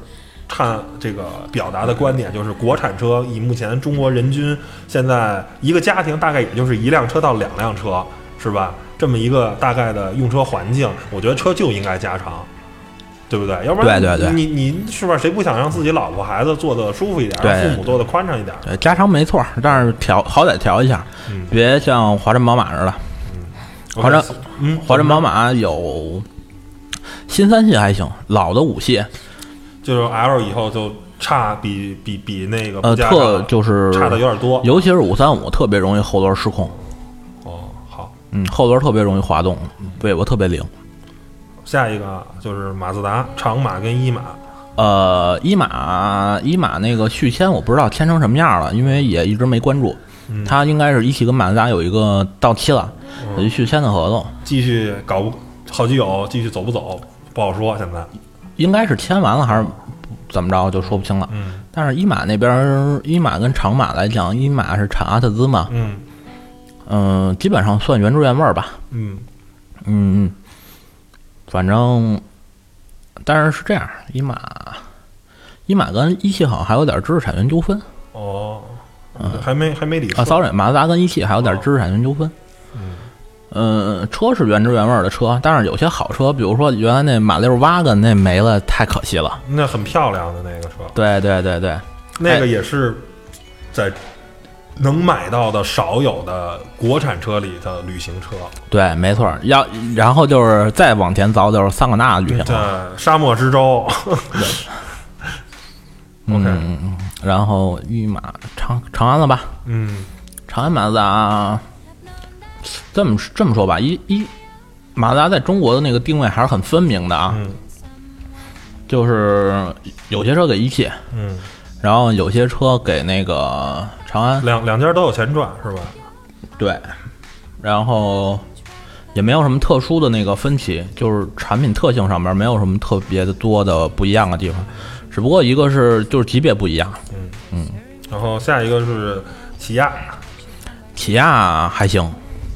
看这个表达的观点就是，国产车以目前中国人均现在一个家庭大概也就是一辆车到两辆车，是吧？这么一个大概的用车环境，我觉得车就应该加长。对不对？要不然对对对你你是吧？谁不想让自己老婆孩子坐的舒服一点，让对父母坐的宽敞一点？对加长没错，但是调好歹调一下，嗯别像华晨宝马似的。华晨，嗯，华晨宝马有新三系还行，老的五系，就是 L 以后就差比比比那个呃，不加特上就是差的有点多。尤其是五三五特别容易后轮失控，哦，好，嗯，后轮特别容易滑动，尾巴特别灵。下一个啊就是马自达长马跟一马，呃，一马一马那个续签我不知道签成什么样了，因为也一直没关注。嗯它应该是一汽跟马自达有一个到期了，有一续签的合同，继续搞不好基友继续走不走不好说，现在应该是签完了还是怎么着就说不清了。嗯但是一马那边儿，一马跟长马来讲，一马是产阿特兹嘛，嗯嗯、基本上算原汁原味儿吧。嗯，嗯，嗯，反正，但是是这样，一马，一马跟一汽好像还有点知识产权纠纷哦，还没还没理啊顺， ，sorry，马自达跟一汽还有点知识产权纠纷。哦嗯嗯，车是原汁原味儿的车，但是有些好车，比如说原来那马六八跟那没了，太可惜了。那很漂亮的那个车，哎对对对对，那个也是在能买到的少有的国产车里的旅行车。对，没错儿。要然后就是再往前凿，就是桑塔纳旅行对了。，沙漠之 舟。OK，嗯，然后御马长长安了吧？嗯，长安马自达，这么这么说吧，一一马自达在中国的那个定位还是很分明的啊，嗯就是有些车给一汽，嗯，然后有些车给那个长安，两两家都有钱赚是吧？对，然后也没有什么特殊的那个分歧，就是产品特性上面没有什么特别的多的不一样的地方，只不过一个是就是级别不一样，然后下一个是起亚，起亚还行，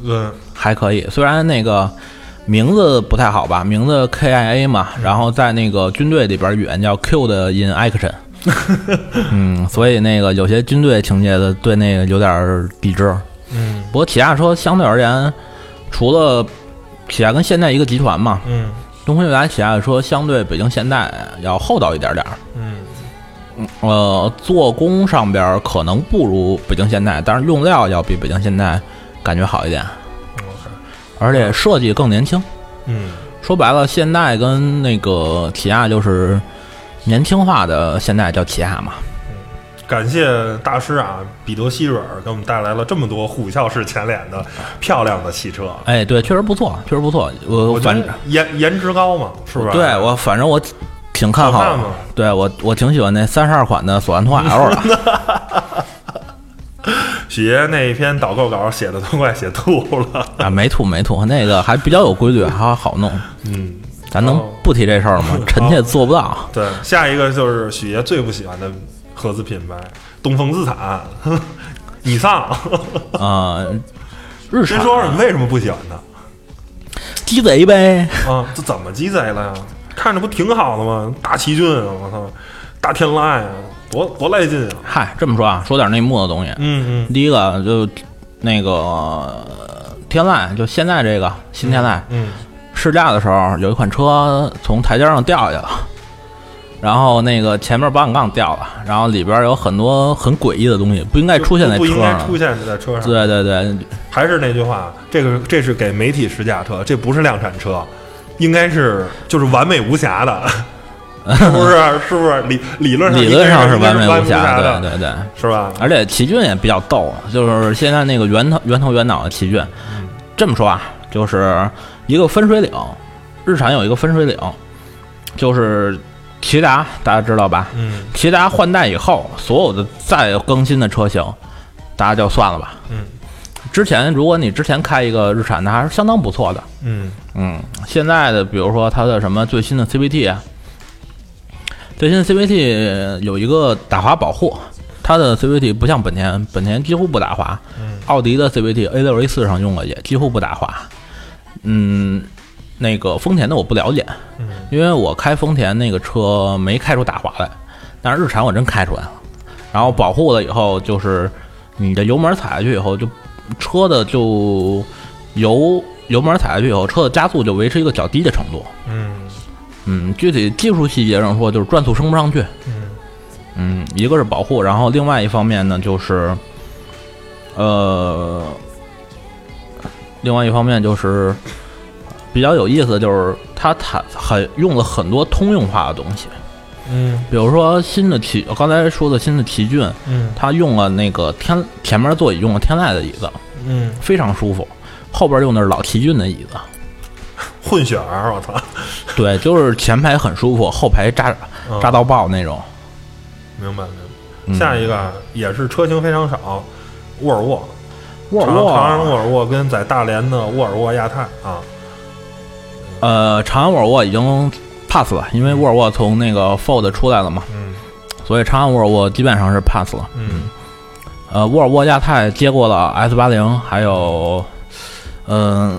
嗯，还可以，虽然那个名字不太好吧，名字 KIA 嘛，然后在那个军队里边语言叫 Q 的 in action，嗯，所以那个有些军队情节的对那个有点儿抵制。嗯不过起亚车相对而言，除了起亚跟现代一个集团嘛，嗯东风悦来起亚的车相对北京现代要厚道一点点儿，嗯呃，做工上边儿可能不如北京现代，但是用料要比北京现代感觉好一点， ，OK，而且设计更年轻。嗯说白了，现代跟那个起亚就是年轻化的现代叫起亚嘛。感谢大师啊，彼得希瑞尔给我们带来了这么多虎啸式前脸 的漂亮的汽车。哎，对，确实不错，确实不错。我我觉反得颜颜值高嘛，是吧？对我反正我挺挺看好好，看吗对我我挺喜欢那三十二款的索兰托 L 啊的。 许爷那篇导购稿写的都快写吐了。啊，没吐没吐，那个还比较有规律，还好弄。嗯，咱能哦不提这事儿吗？臣妾做不到。对，下一个就是许爷最不喜欢的合资品牌东风自产、 尼桑。 呃，日先产说说你为什么不喜欢它鸡贼呗，啊？这怎么鸡贼了呀？看着不挺好的吗？大奇骏啊，我操，大天籁啊，多多来劲啊！嗨，这么说啊，说点内幕的东西。嗯嗯第一个就那个呃天籁，就现在这个新天籁，嗯，试驾的时候有一款车从台阶上掉下去了，然后那个前面保险杠掉了，然后里边有很多很诡异的东西，不应该出现在不车不应该上出的。现在车上。对对对，还是那句话，这个这是给媒体试驾车，这不是量产车，应该是就是完美无瑕的， 是不是？是不是？理理论上理论上应该是是完美无无瑕，的，对对对。是吧？而且奇骏也比较逗，就是现在那个圆头圆头圆脑的奇骏，这么说啊，就是一个分水岭，日产有一个分水岭，就是骐达，大家知道吧？嗯骐达换代以后，所有的再更新的车型，大家就算了吧。嗯之前如果你之前开一个日产的，还是相当不错的。嗯嗯，现在的比如说它的什么最新的 CVT，啊，最新的 CVT 有一个打滑保护，它的 CVT 不像本田，本田几乎不打滑，嗯奥迪的 CVT A 六 A 四上用了也几乎不打滑。嗯，那个丰田的我不了解，嗯因为我开丰田那个车没开出打滑来，但是日产我真开出来了。然后保护了以后，就是你的油门踩下去以后，就车的就油油门踩下去以后，车的加速就维持一个较低的程度。嗯嗯，具体技术细节上说，就是转速升不上去。嗯嗯，一个是保护，然后另外一方面呢，就是呃，另外一方面就是比较有意思的就是它它很用了很多通用化的东西。嗯比如说新的奇，我刚才说的新的奇骏，嗯它用了那个天前面座椅用了天籁的椅子，嗯，非常舒服。后边用的是老奇骏的椅子，混血儿，我操！对，就是前排很舒服，后排扎嗯扎到爆那种。明白明白。嗯下一个啊也是车型非常少，沃尔沃，沃啊尔长长安沃沃，尔沃跟在大连的沃尔沃亚太啊，呃，长安沃尔沃已经 pass 了，因为沃尔沃从那个 Ford 出来了嘛，嗯所以长安沃尔沃基本上是 pass 了。嗯呃，沃尔沃亚太接过了 S 八零，还有，嗯、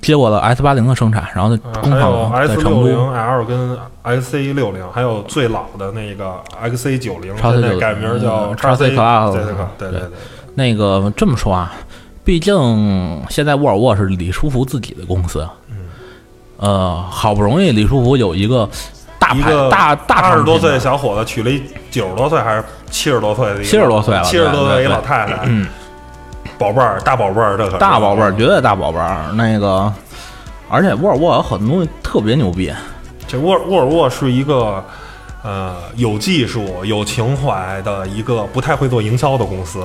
接过了 S 八零的生产，然后啊工还有厂 S 在成六都。零 L 跟 XC 六零，还有最老的那个 XC 九零， XC 现在改名叫嗯 XC Class 对对对对，那个这么说啊，毕竟现在沃尔沃是李书福自己的公司，啊嗯，呃，好不容易李书福有一个大一牌个大大二十多产岁品小伙子娶了一九十多岁还是七十多岁的一个，七十多岁了七十多对岁对一对老太太，嗯，宝贝儿，大宝贝儿，这可是大宝贝儿，绝对大宝贝儿。那个，而且沃尔沃有很多东西特别牛逼，这沃尔沃尔沃是一个呃有技术、有情怀的一个不太会做营销的公司，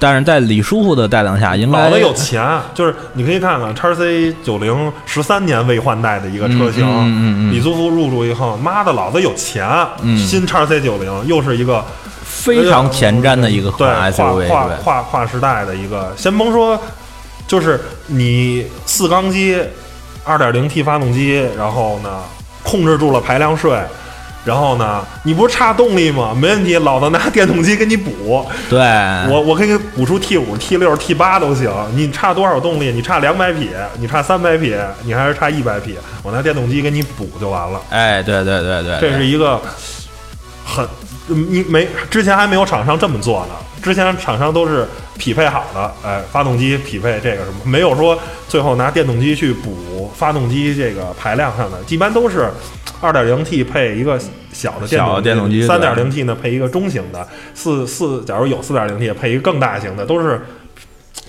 但是在李叔叔的带领下，应老该的有钱，就是你可以看看叉 C 九零十三年未换代的一个车型，嗯嗯嗯嗯李租夫入驻以后，妈的，老子有钱，嗯新叉 C 九零又是一个非常前瞻的一个对跨款 SUV，跨对跨跨时代的一个，先甭说，就是你四缸机、二点零 T 发动机，然后呢控制住了排量税。然后呢，你不是差动力吗？没问题，老子拿电动机给你补，对，我我可以补出 T 五、T 六、T 八都行，你差多少动力？你差两百匹，你差三百匹，你还是差一百匹，我拿电动机给你补就完了。哎，对对对对，这是一个很你没之前还没有厂商这么做呢，之前厂商都是匹配好的，哎，发动机匹配这个什么，没有说最后拿电动机去补发动机这个排量上的，一般都是二点零 T 配一个小的小的电动机三点对零 T 呢配一个中型的，四四假如有四点零 T 配一个更大型的，都是。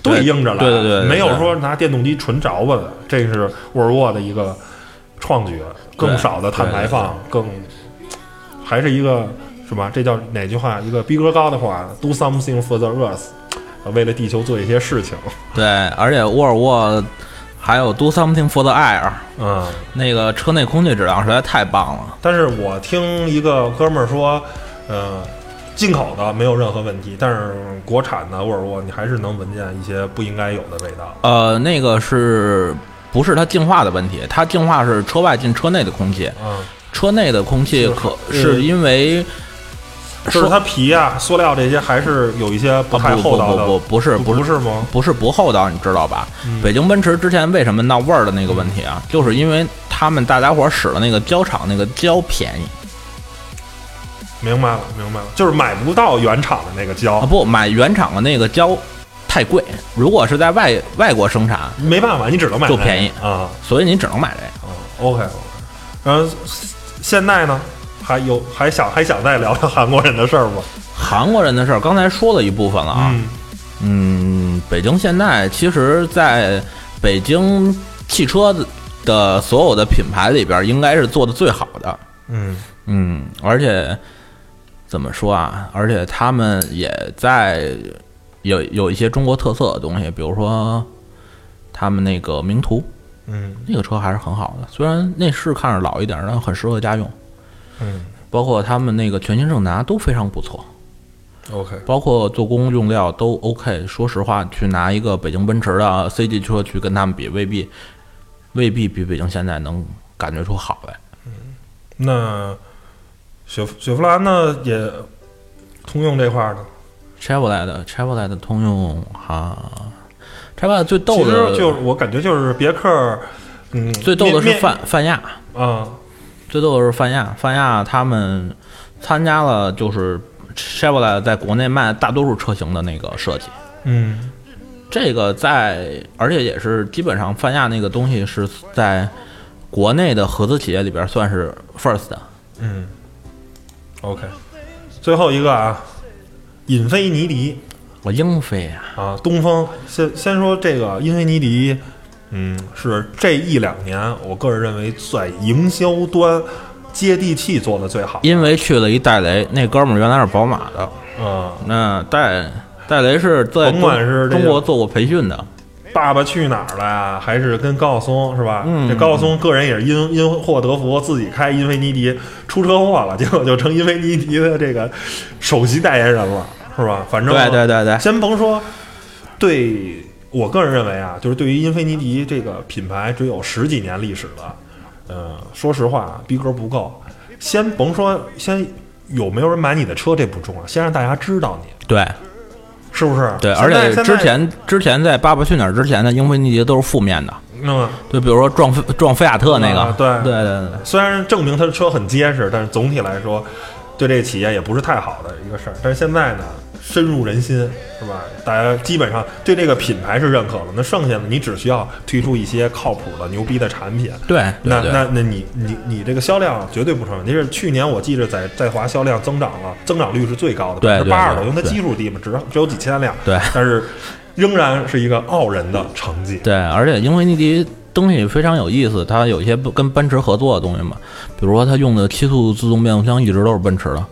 对对应着来，对对对对没有对说拿电动机纯着吧的，这是沃尔沃的一个创举，更对少的碳对排对放，更还是一个什么？这叫哪句话？一个逼格高的话，do something for the earth，呃为了地球做一些事情。对，而且沃尔沃还有 Do Something for the Air，嗯，那个车内空气质量实在太棒了。但是我听一个哥们儿说，呃，进口的没有任何问题，但是国产的沃尔沃你还是能闻见一些不应该有的味道。呃，那个是不是它净化的问题？它净化是车外进车内的空气，嗯，车内的空气可是呃是因为就是它皮啊、塑料这些还是有一些不不太厚道的。啊不不不不是不不是是吗？不是不厚道，你知道吧？嗯北京奔驰之前为什么闹味儿的那个问题啊，就是因为他们大家伙儿使的那个胶厂那个胶便宜明白了，明白了，就是买不到原厂的那个胶啊，，不买原厂的那个胶太贵，如果是在外外国生产，没办法，你只能买就那个便宜啊。所以你只能买这个。啊，OK，然后现在呢，还有还想还想再聊聊韩国人的事儿吗？韩国人的事儿刚才说了一部分了啊，嗯，嗯，北京现在其实在北京汽车的所有的品牌里边，应该是做的最好的。嗯嗯，而且怎么说啊？而且他们也在有有一些中国特色的东西，比如说他们那个名图嗯那个车还是很好的，虽然内饰看着老一点，但很适合家用。嗯包括他们那个全新胜达都非常不错， ，OK，包括做工用料都 OK。说实话，去拿一个北京奔驰的 C 级车去跟他们比，未必未必比北京现在能感觉出好来。那雪雪佛兰呢也通用这块儿呢， Chevrolet 的 Chevrolet 的通用哈，Chevrolet 最其逗实的就是我感觉就是别克，嗯，最逗的是面泛泛亚，面啊，最逗的是泛亚，泛亚他们参加了就是 Chevrolet 在国内卖大多数车型的那个设计。嗯这个在，而且也是基本上泛亚那个东西是在国内的合资企业里边算是 first 的。嗯，OK，最后一个啊，尹菲尼迪。我英菲啊，啊，东风先先说这个英菲尼迪，嗯，是这一两年我个人认为在营销端接地气做的最好。因为去了一戴雷，那哥们儿原来是宝马的，嗯，那戴戴雷是在甭管是这个中国做过培训的，爸爸去哪儿了呀？还是跟高晓松是吧？嗯这高晓松个人也是因因祸得福，自己开英菲尼迪出车祸了，结果就成英菲尼迪的这个首席代言人了，是吧？反正对对对对，先甭说，对我个人认为啊，就是对于英菲尼迪这个品牌只有十几年历史了，呃，说实话逼格不够。先甭说先有没有人买你的车，这不重要，先让大家知道你对是不是？对，现在而且现之，在前之前在《爸爸去哪儿》之前的英菲尼迪都是负面的，嗯，就比如说撞菲撞菲亚特那个，啊对对对对，虽然证明他的车很结实，但是总体来说，对这个企业也不是太好的一个事儿。但是现在呢，深入人心，是吧？大家基本上对这个品牌是认可了。那剩下的你只需要推出一些靠谱的、牛逼的产品，对，那对那那你你你这个销量绝对不成问题。是去年我记着在在华销量增长了，增长率是最高的，对百分之八十对多，对因为它对基数低嘛，只只有几千辆，对但是仍然是一个傲人的成绩。对，而且英菲尼迪东西非常有意思，它有一些不跟奔驰合作的东西嘛，比如说它用的七速自动变速箱一直都是奔驰的，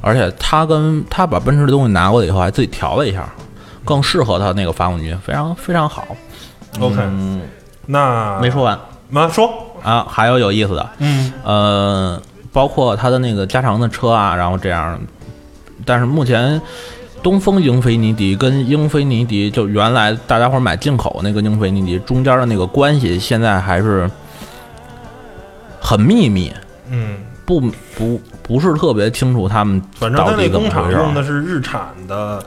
而且它跟它把奔驰的东西拿过来以后，还自己调了一下，更适合它那个发动机，非常非常好。 OK，那嗯没说完那说，啊，还有有意思的，嗯，呃，包括它的那个加长的车啊，然后这样，但是目前。东风英菲尼迪跟英菲尼迪，就原来大家伙儿买进口那个英菲尼迪中间的那个关系，现在还是很秘密，嗯，不不不是特别清楚他们反正到他底那怎工么厂回事用儿。啊的是日产的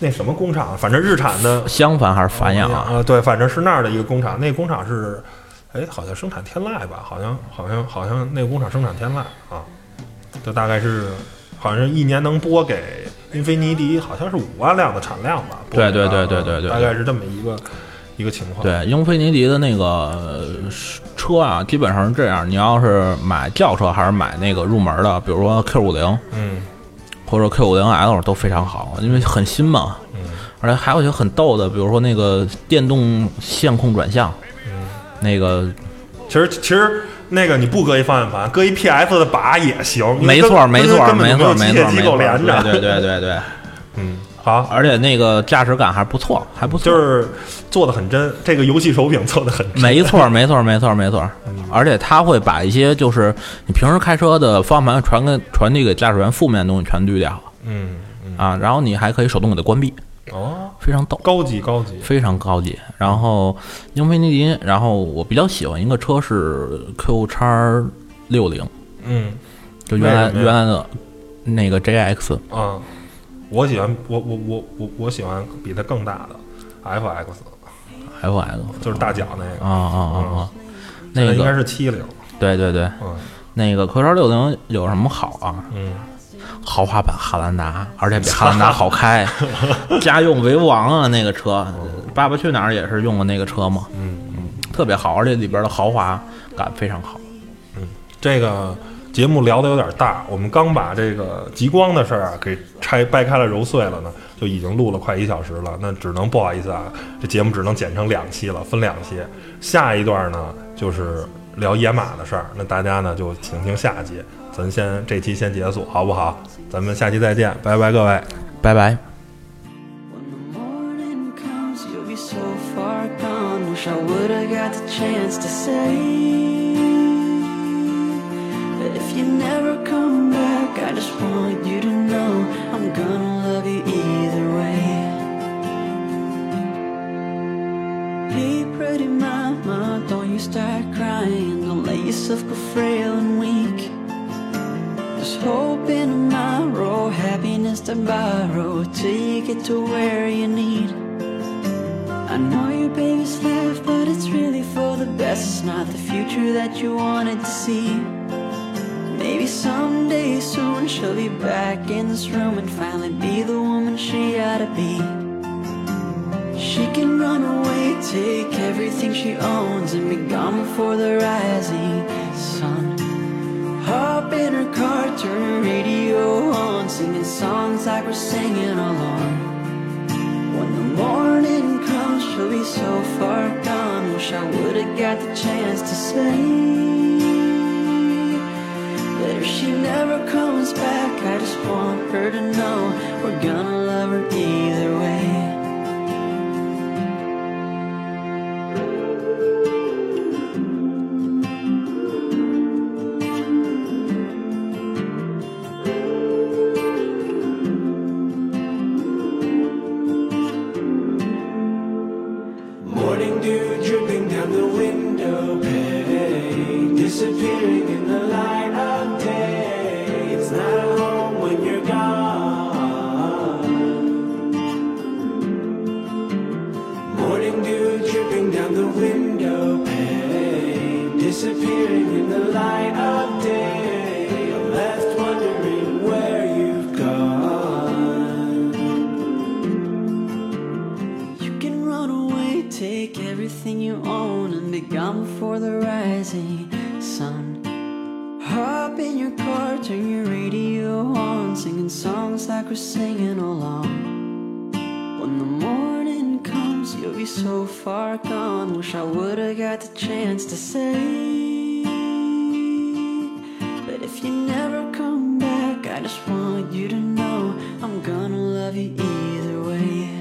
那什么工厂，啊反正日产 的襄樊还是繁阳啊？啊，对，反正是那儿的一个工厂，那工厂是，哎，好像生产天籁吧，好像好像好像那个工厂生产天籁啊，就大概是，好像是一年能拨给英菲尼迪，好像是五万辆的产量吧，拨对给对它对对对对大概是这么一个一个情况，，对，英菲尼迪的那个呃车啊，基本上是这样。你要是买轿车还是买那个入门的，比如说 Q 五零嗯或者 Q 五零 L 都非常好，因为很新嘛。嗯而且还有一些很逗的，比如说那个电动线控转向，嗯，那个其实其实。那个你不搁一方向盘，搁一 PS 的把也行。因为没错根儿没因为错儿根本没就错儿没没有错儿机械机没错构儿，连着。对对对对对。嗯，好，而且那个驾驶感还不错，还不错。就是做的很真，这个游戏手柄做的很真。没错 儿，没错儿，没错儿，没错儿。嗯而且他会把一些就是你平时开车的方向盘传给传递给驾驶员负面的东西全滤掉嗯嗯，啊，然后你还可以手动给它关闭，哦，非常逗，高级高级，非常高级。然后英菲尼迪，然后我比较喜欢一个车是 Q 叉六零，嗯就原为来什么呀原来的那个 JX，啊，我喜欢我我我我我喜欢比它更大的 FX， FX 就是大脚那个，啊啊啊啊，那哦应该个是七零，对对对，嗯那个 Q 叉六零有什么好啊？嗯，豪华版汉兰达，而且比汉兰达好开，家用为王啊！那个车，《爸爸去哪儿》也是用的那个车嘛，哦嗯特别好，而且里边的豪华感非常好。这个节目聊的有点大，我们刚把这个极光的事儿啊给拆掰开了揉碎了呢，就已经录了快一小时了。那只能不好意思啊，这节目只能剪成两期了，分两期。下一段呢就是聊野马的事儿，那大家呢就请听下集。咱先这期先结束，好不好？咱们下期再见，拜拜，各位。拜拜。 When the morning comes, you'll be so far gone. Wish I would have got the chance to say that if you never come back, I just want you to know I'm gonna love you either way. Hey, pretty mama, don't you start crying. Don't let yourself go frail and weak. There's hope in tomorrow, happiness to borrow till you get to where you need. I know your baby's laugh, but it's really for the best. It's not the future that you wanted to see. Maybe someday soon she'll be back in this room and finally be the woman she ought to be. She can run away, take everything she owns, and be gone before the rising sun. Hop in her car, turn her radio on, singing songs like we're singing along. When the morning comes, she'll be so far gone. Wish I would've got the chance to say that if she never comes back, I just want her to know we're gonna love her either way. Morning dew dripping down the window pane, disappearing in the light of day. It's not a home when you're gone. Morning dew dripping down the window pane, disappearing in the light of day. I'm left wondering where you on and be gone for the rising sun. Hop in your car, turn your radio on, singing songs like we're singing along. When the morning comes, you'll be so far gone. Wish I would've got the chance to say. But if you never come back, I just want you to know I'm gonna love you either way.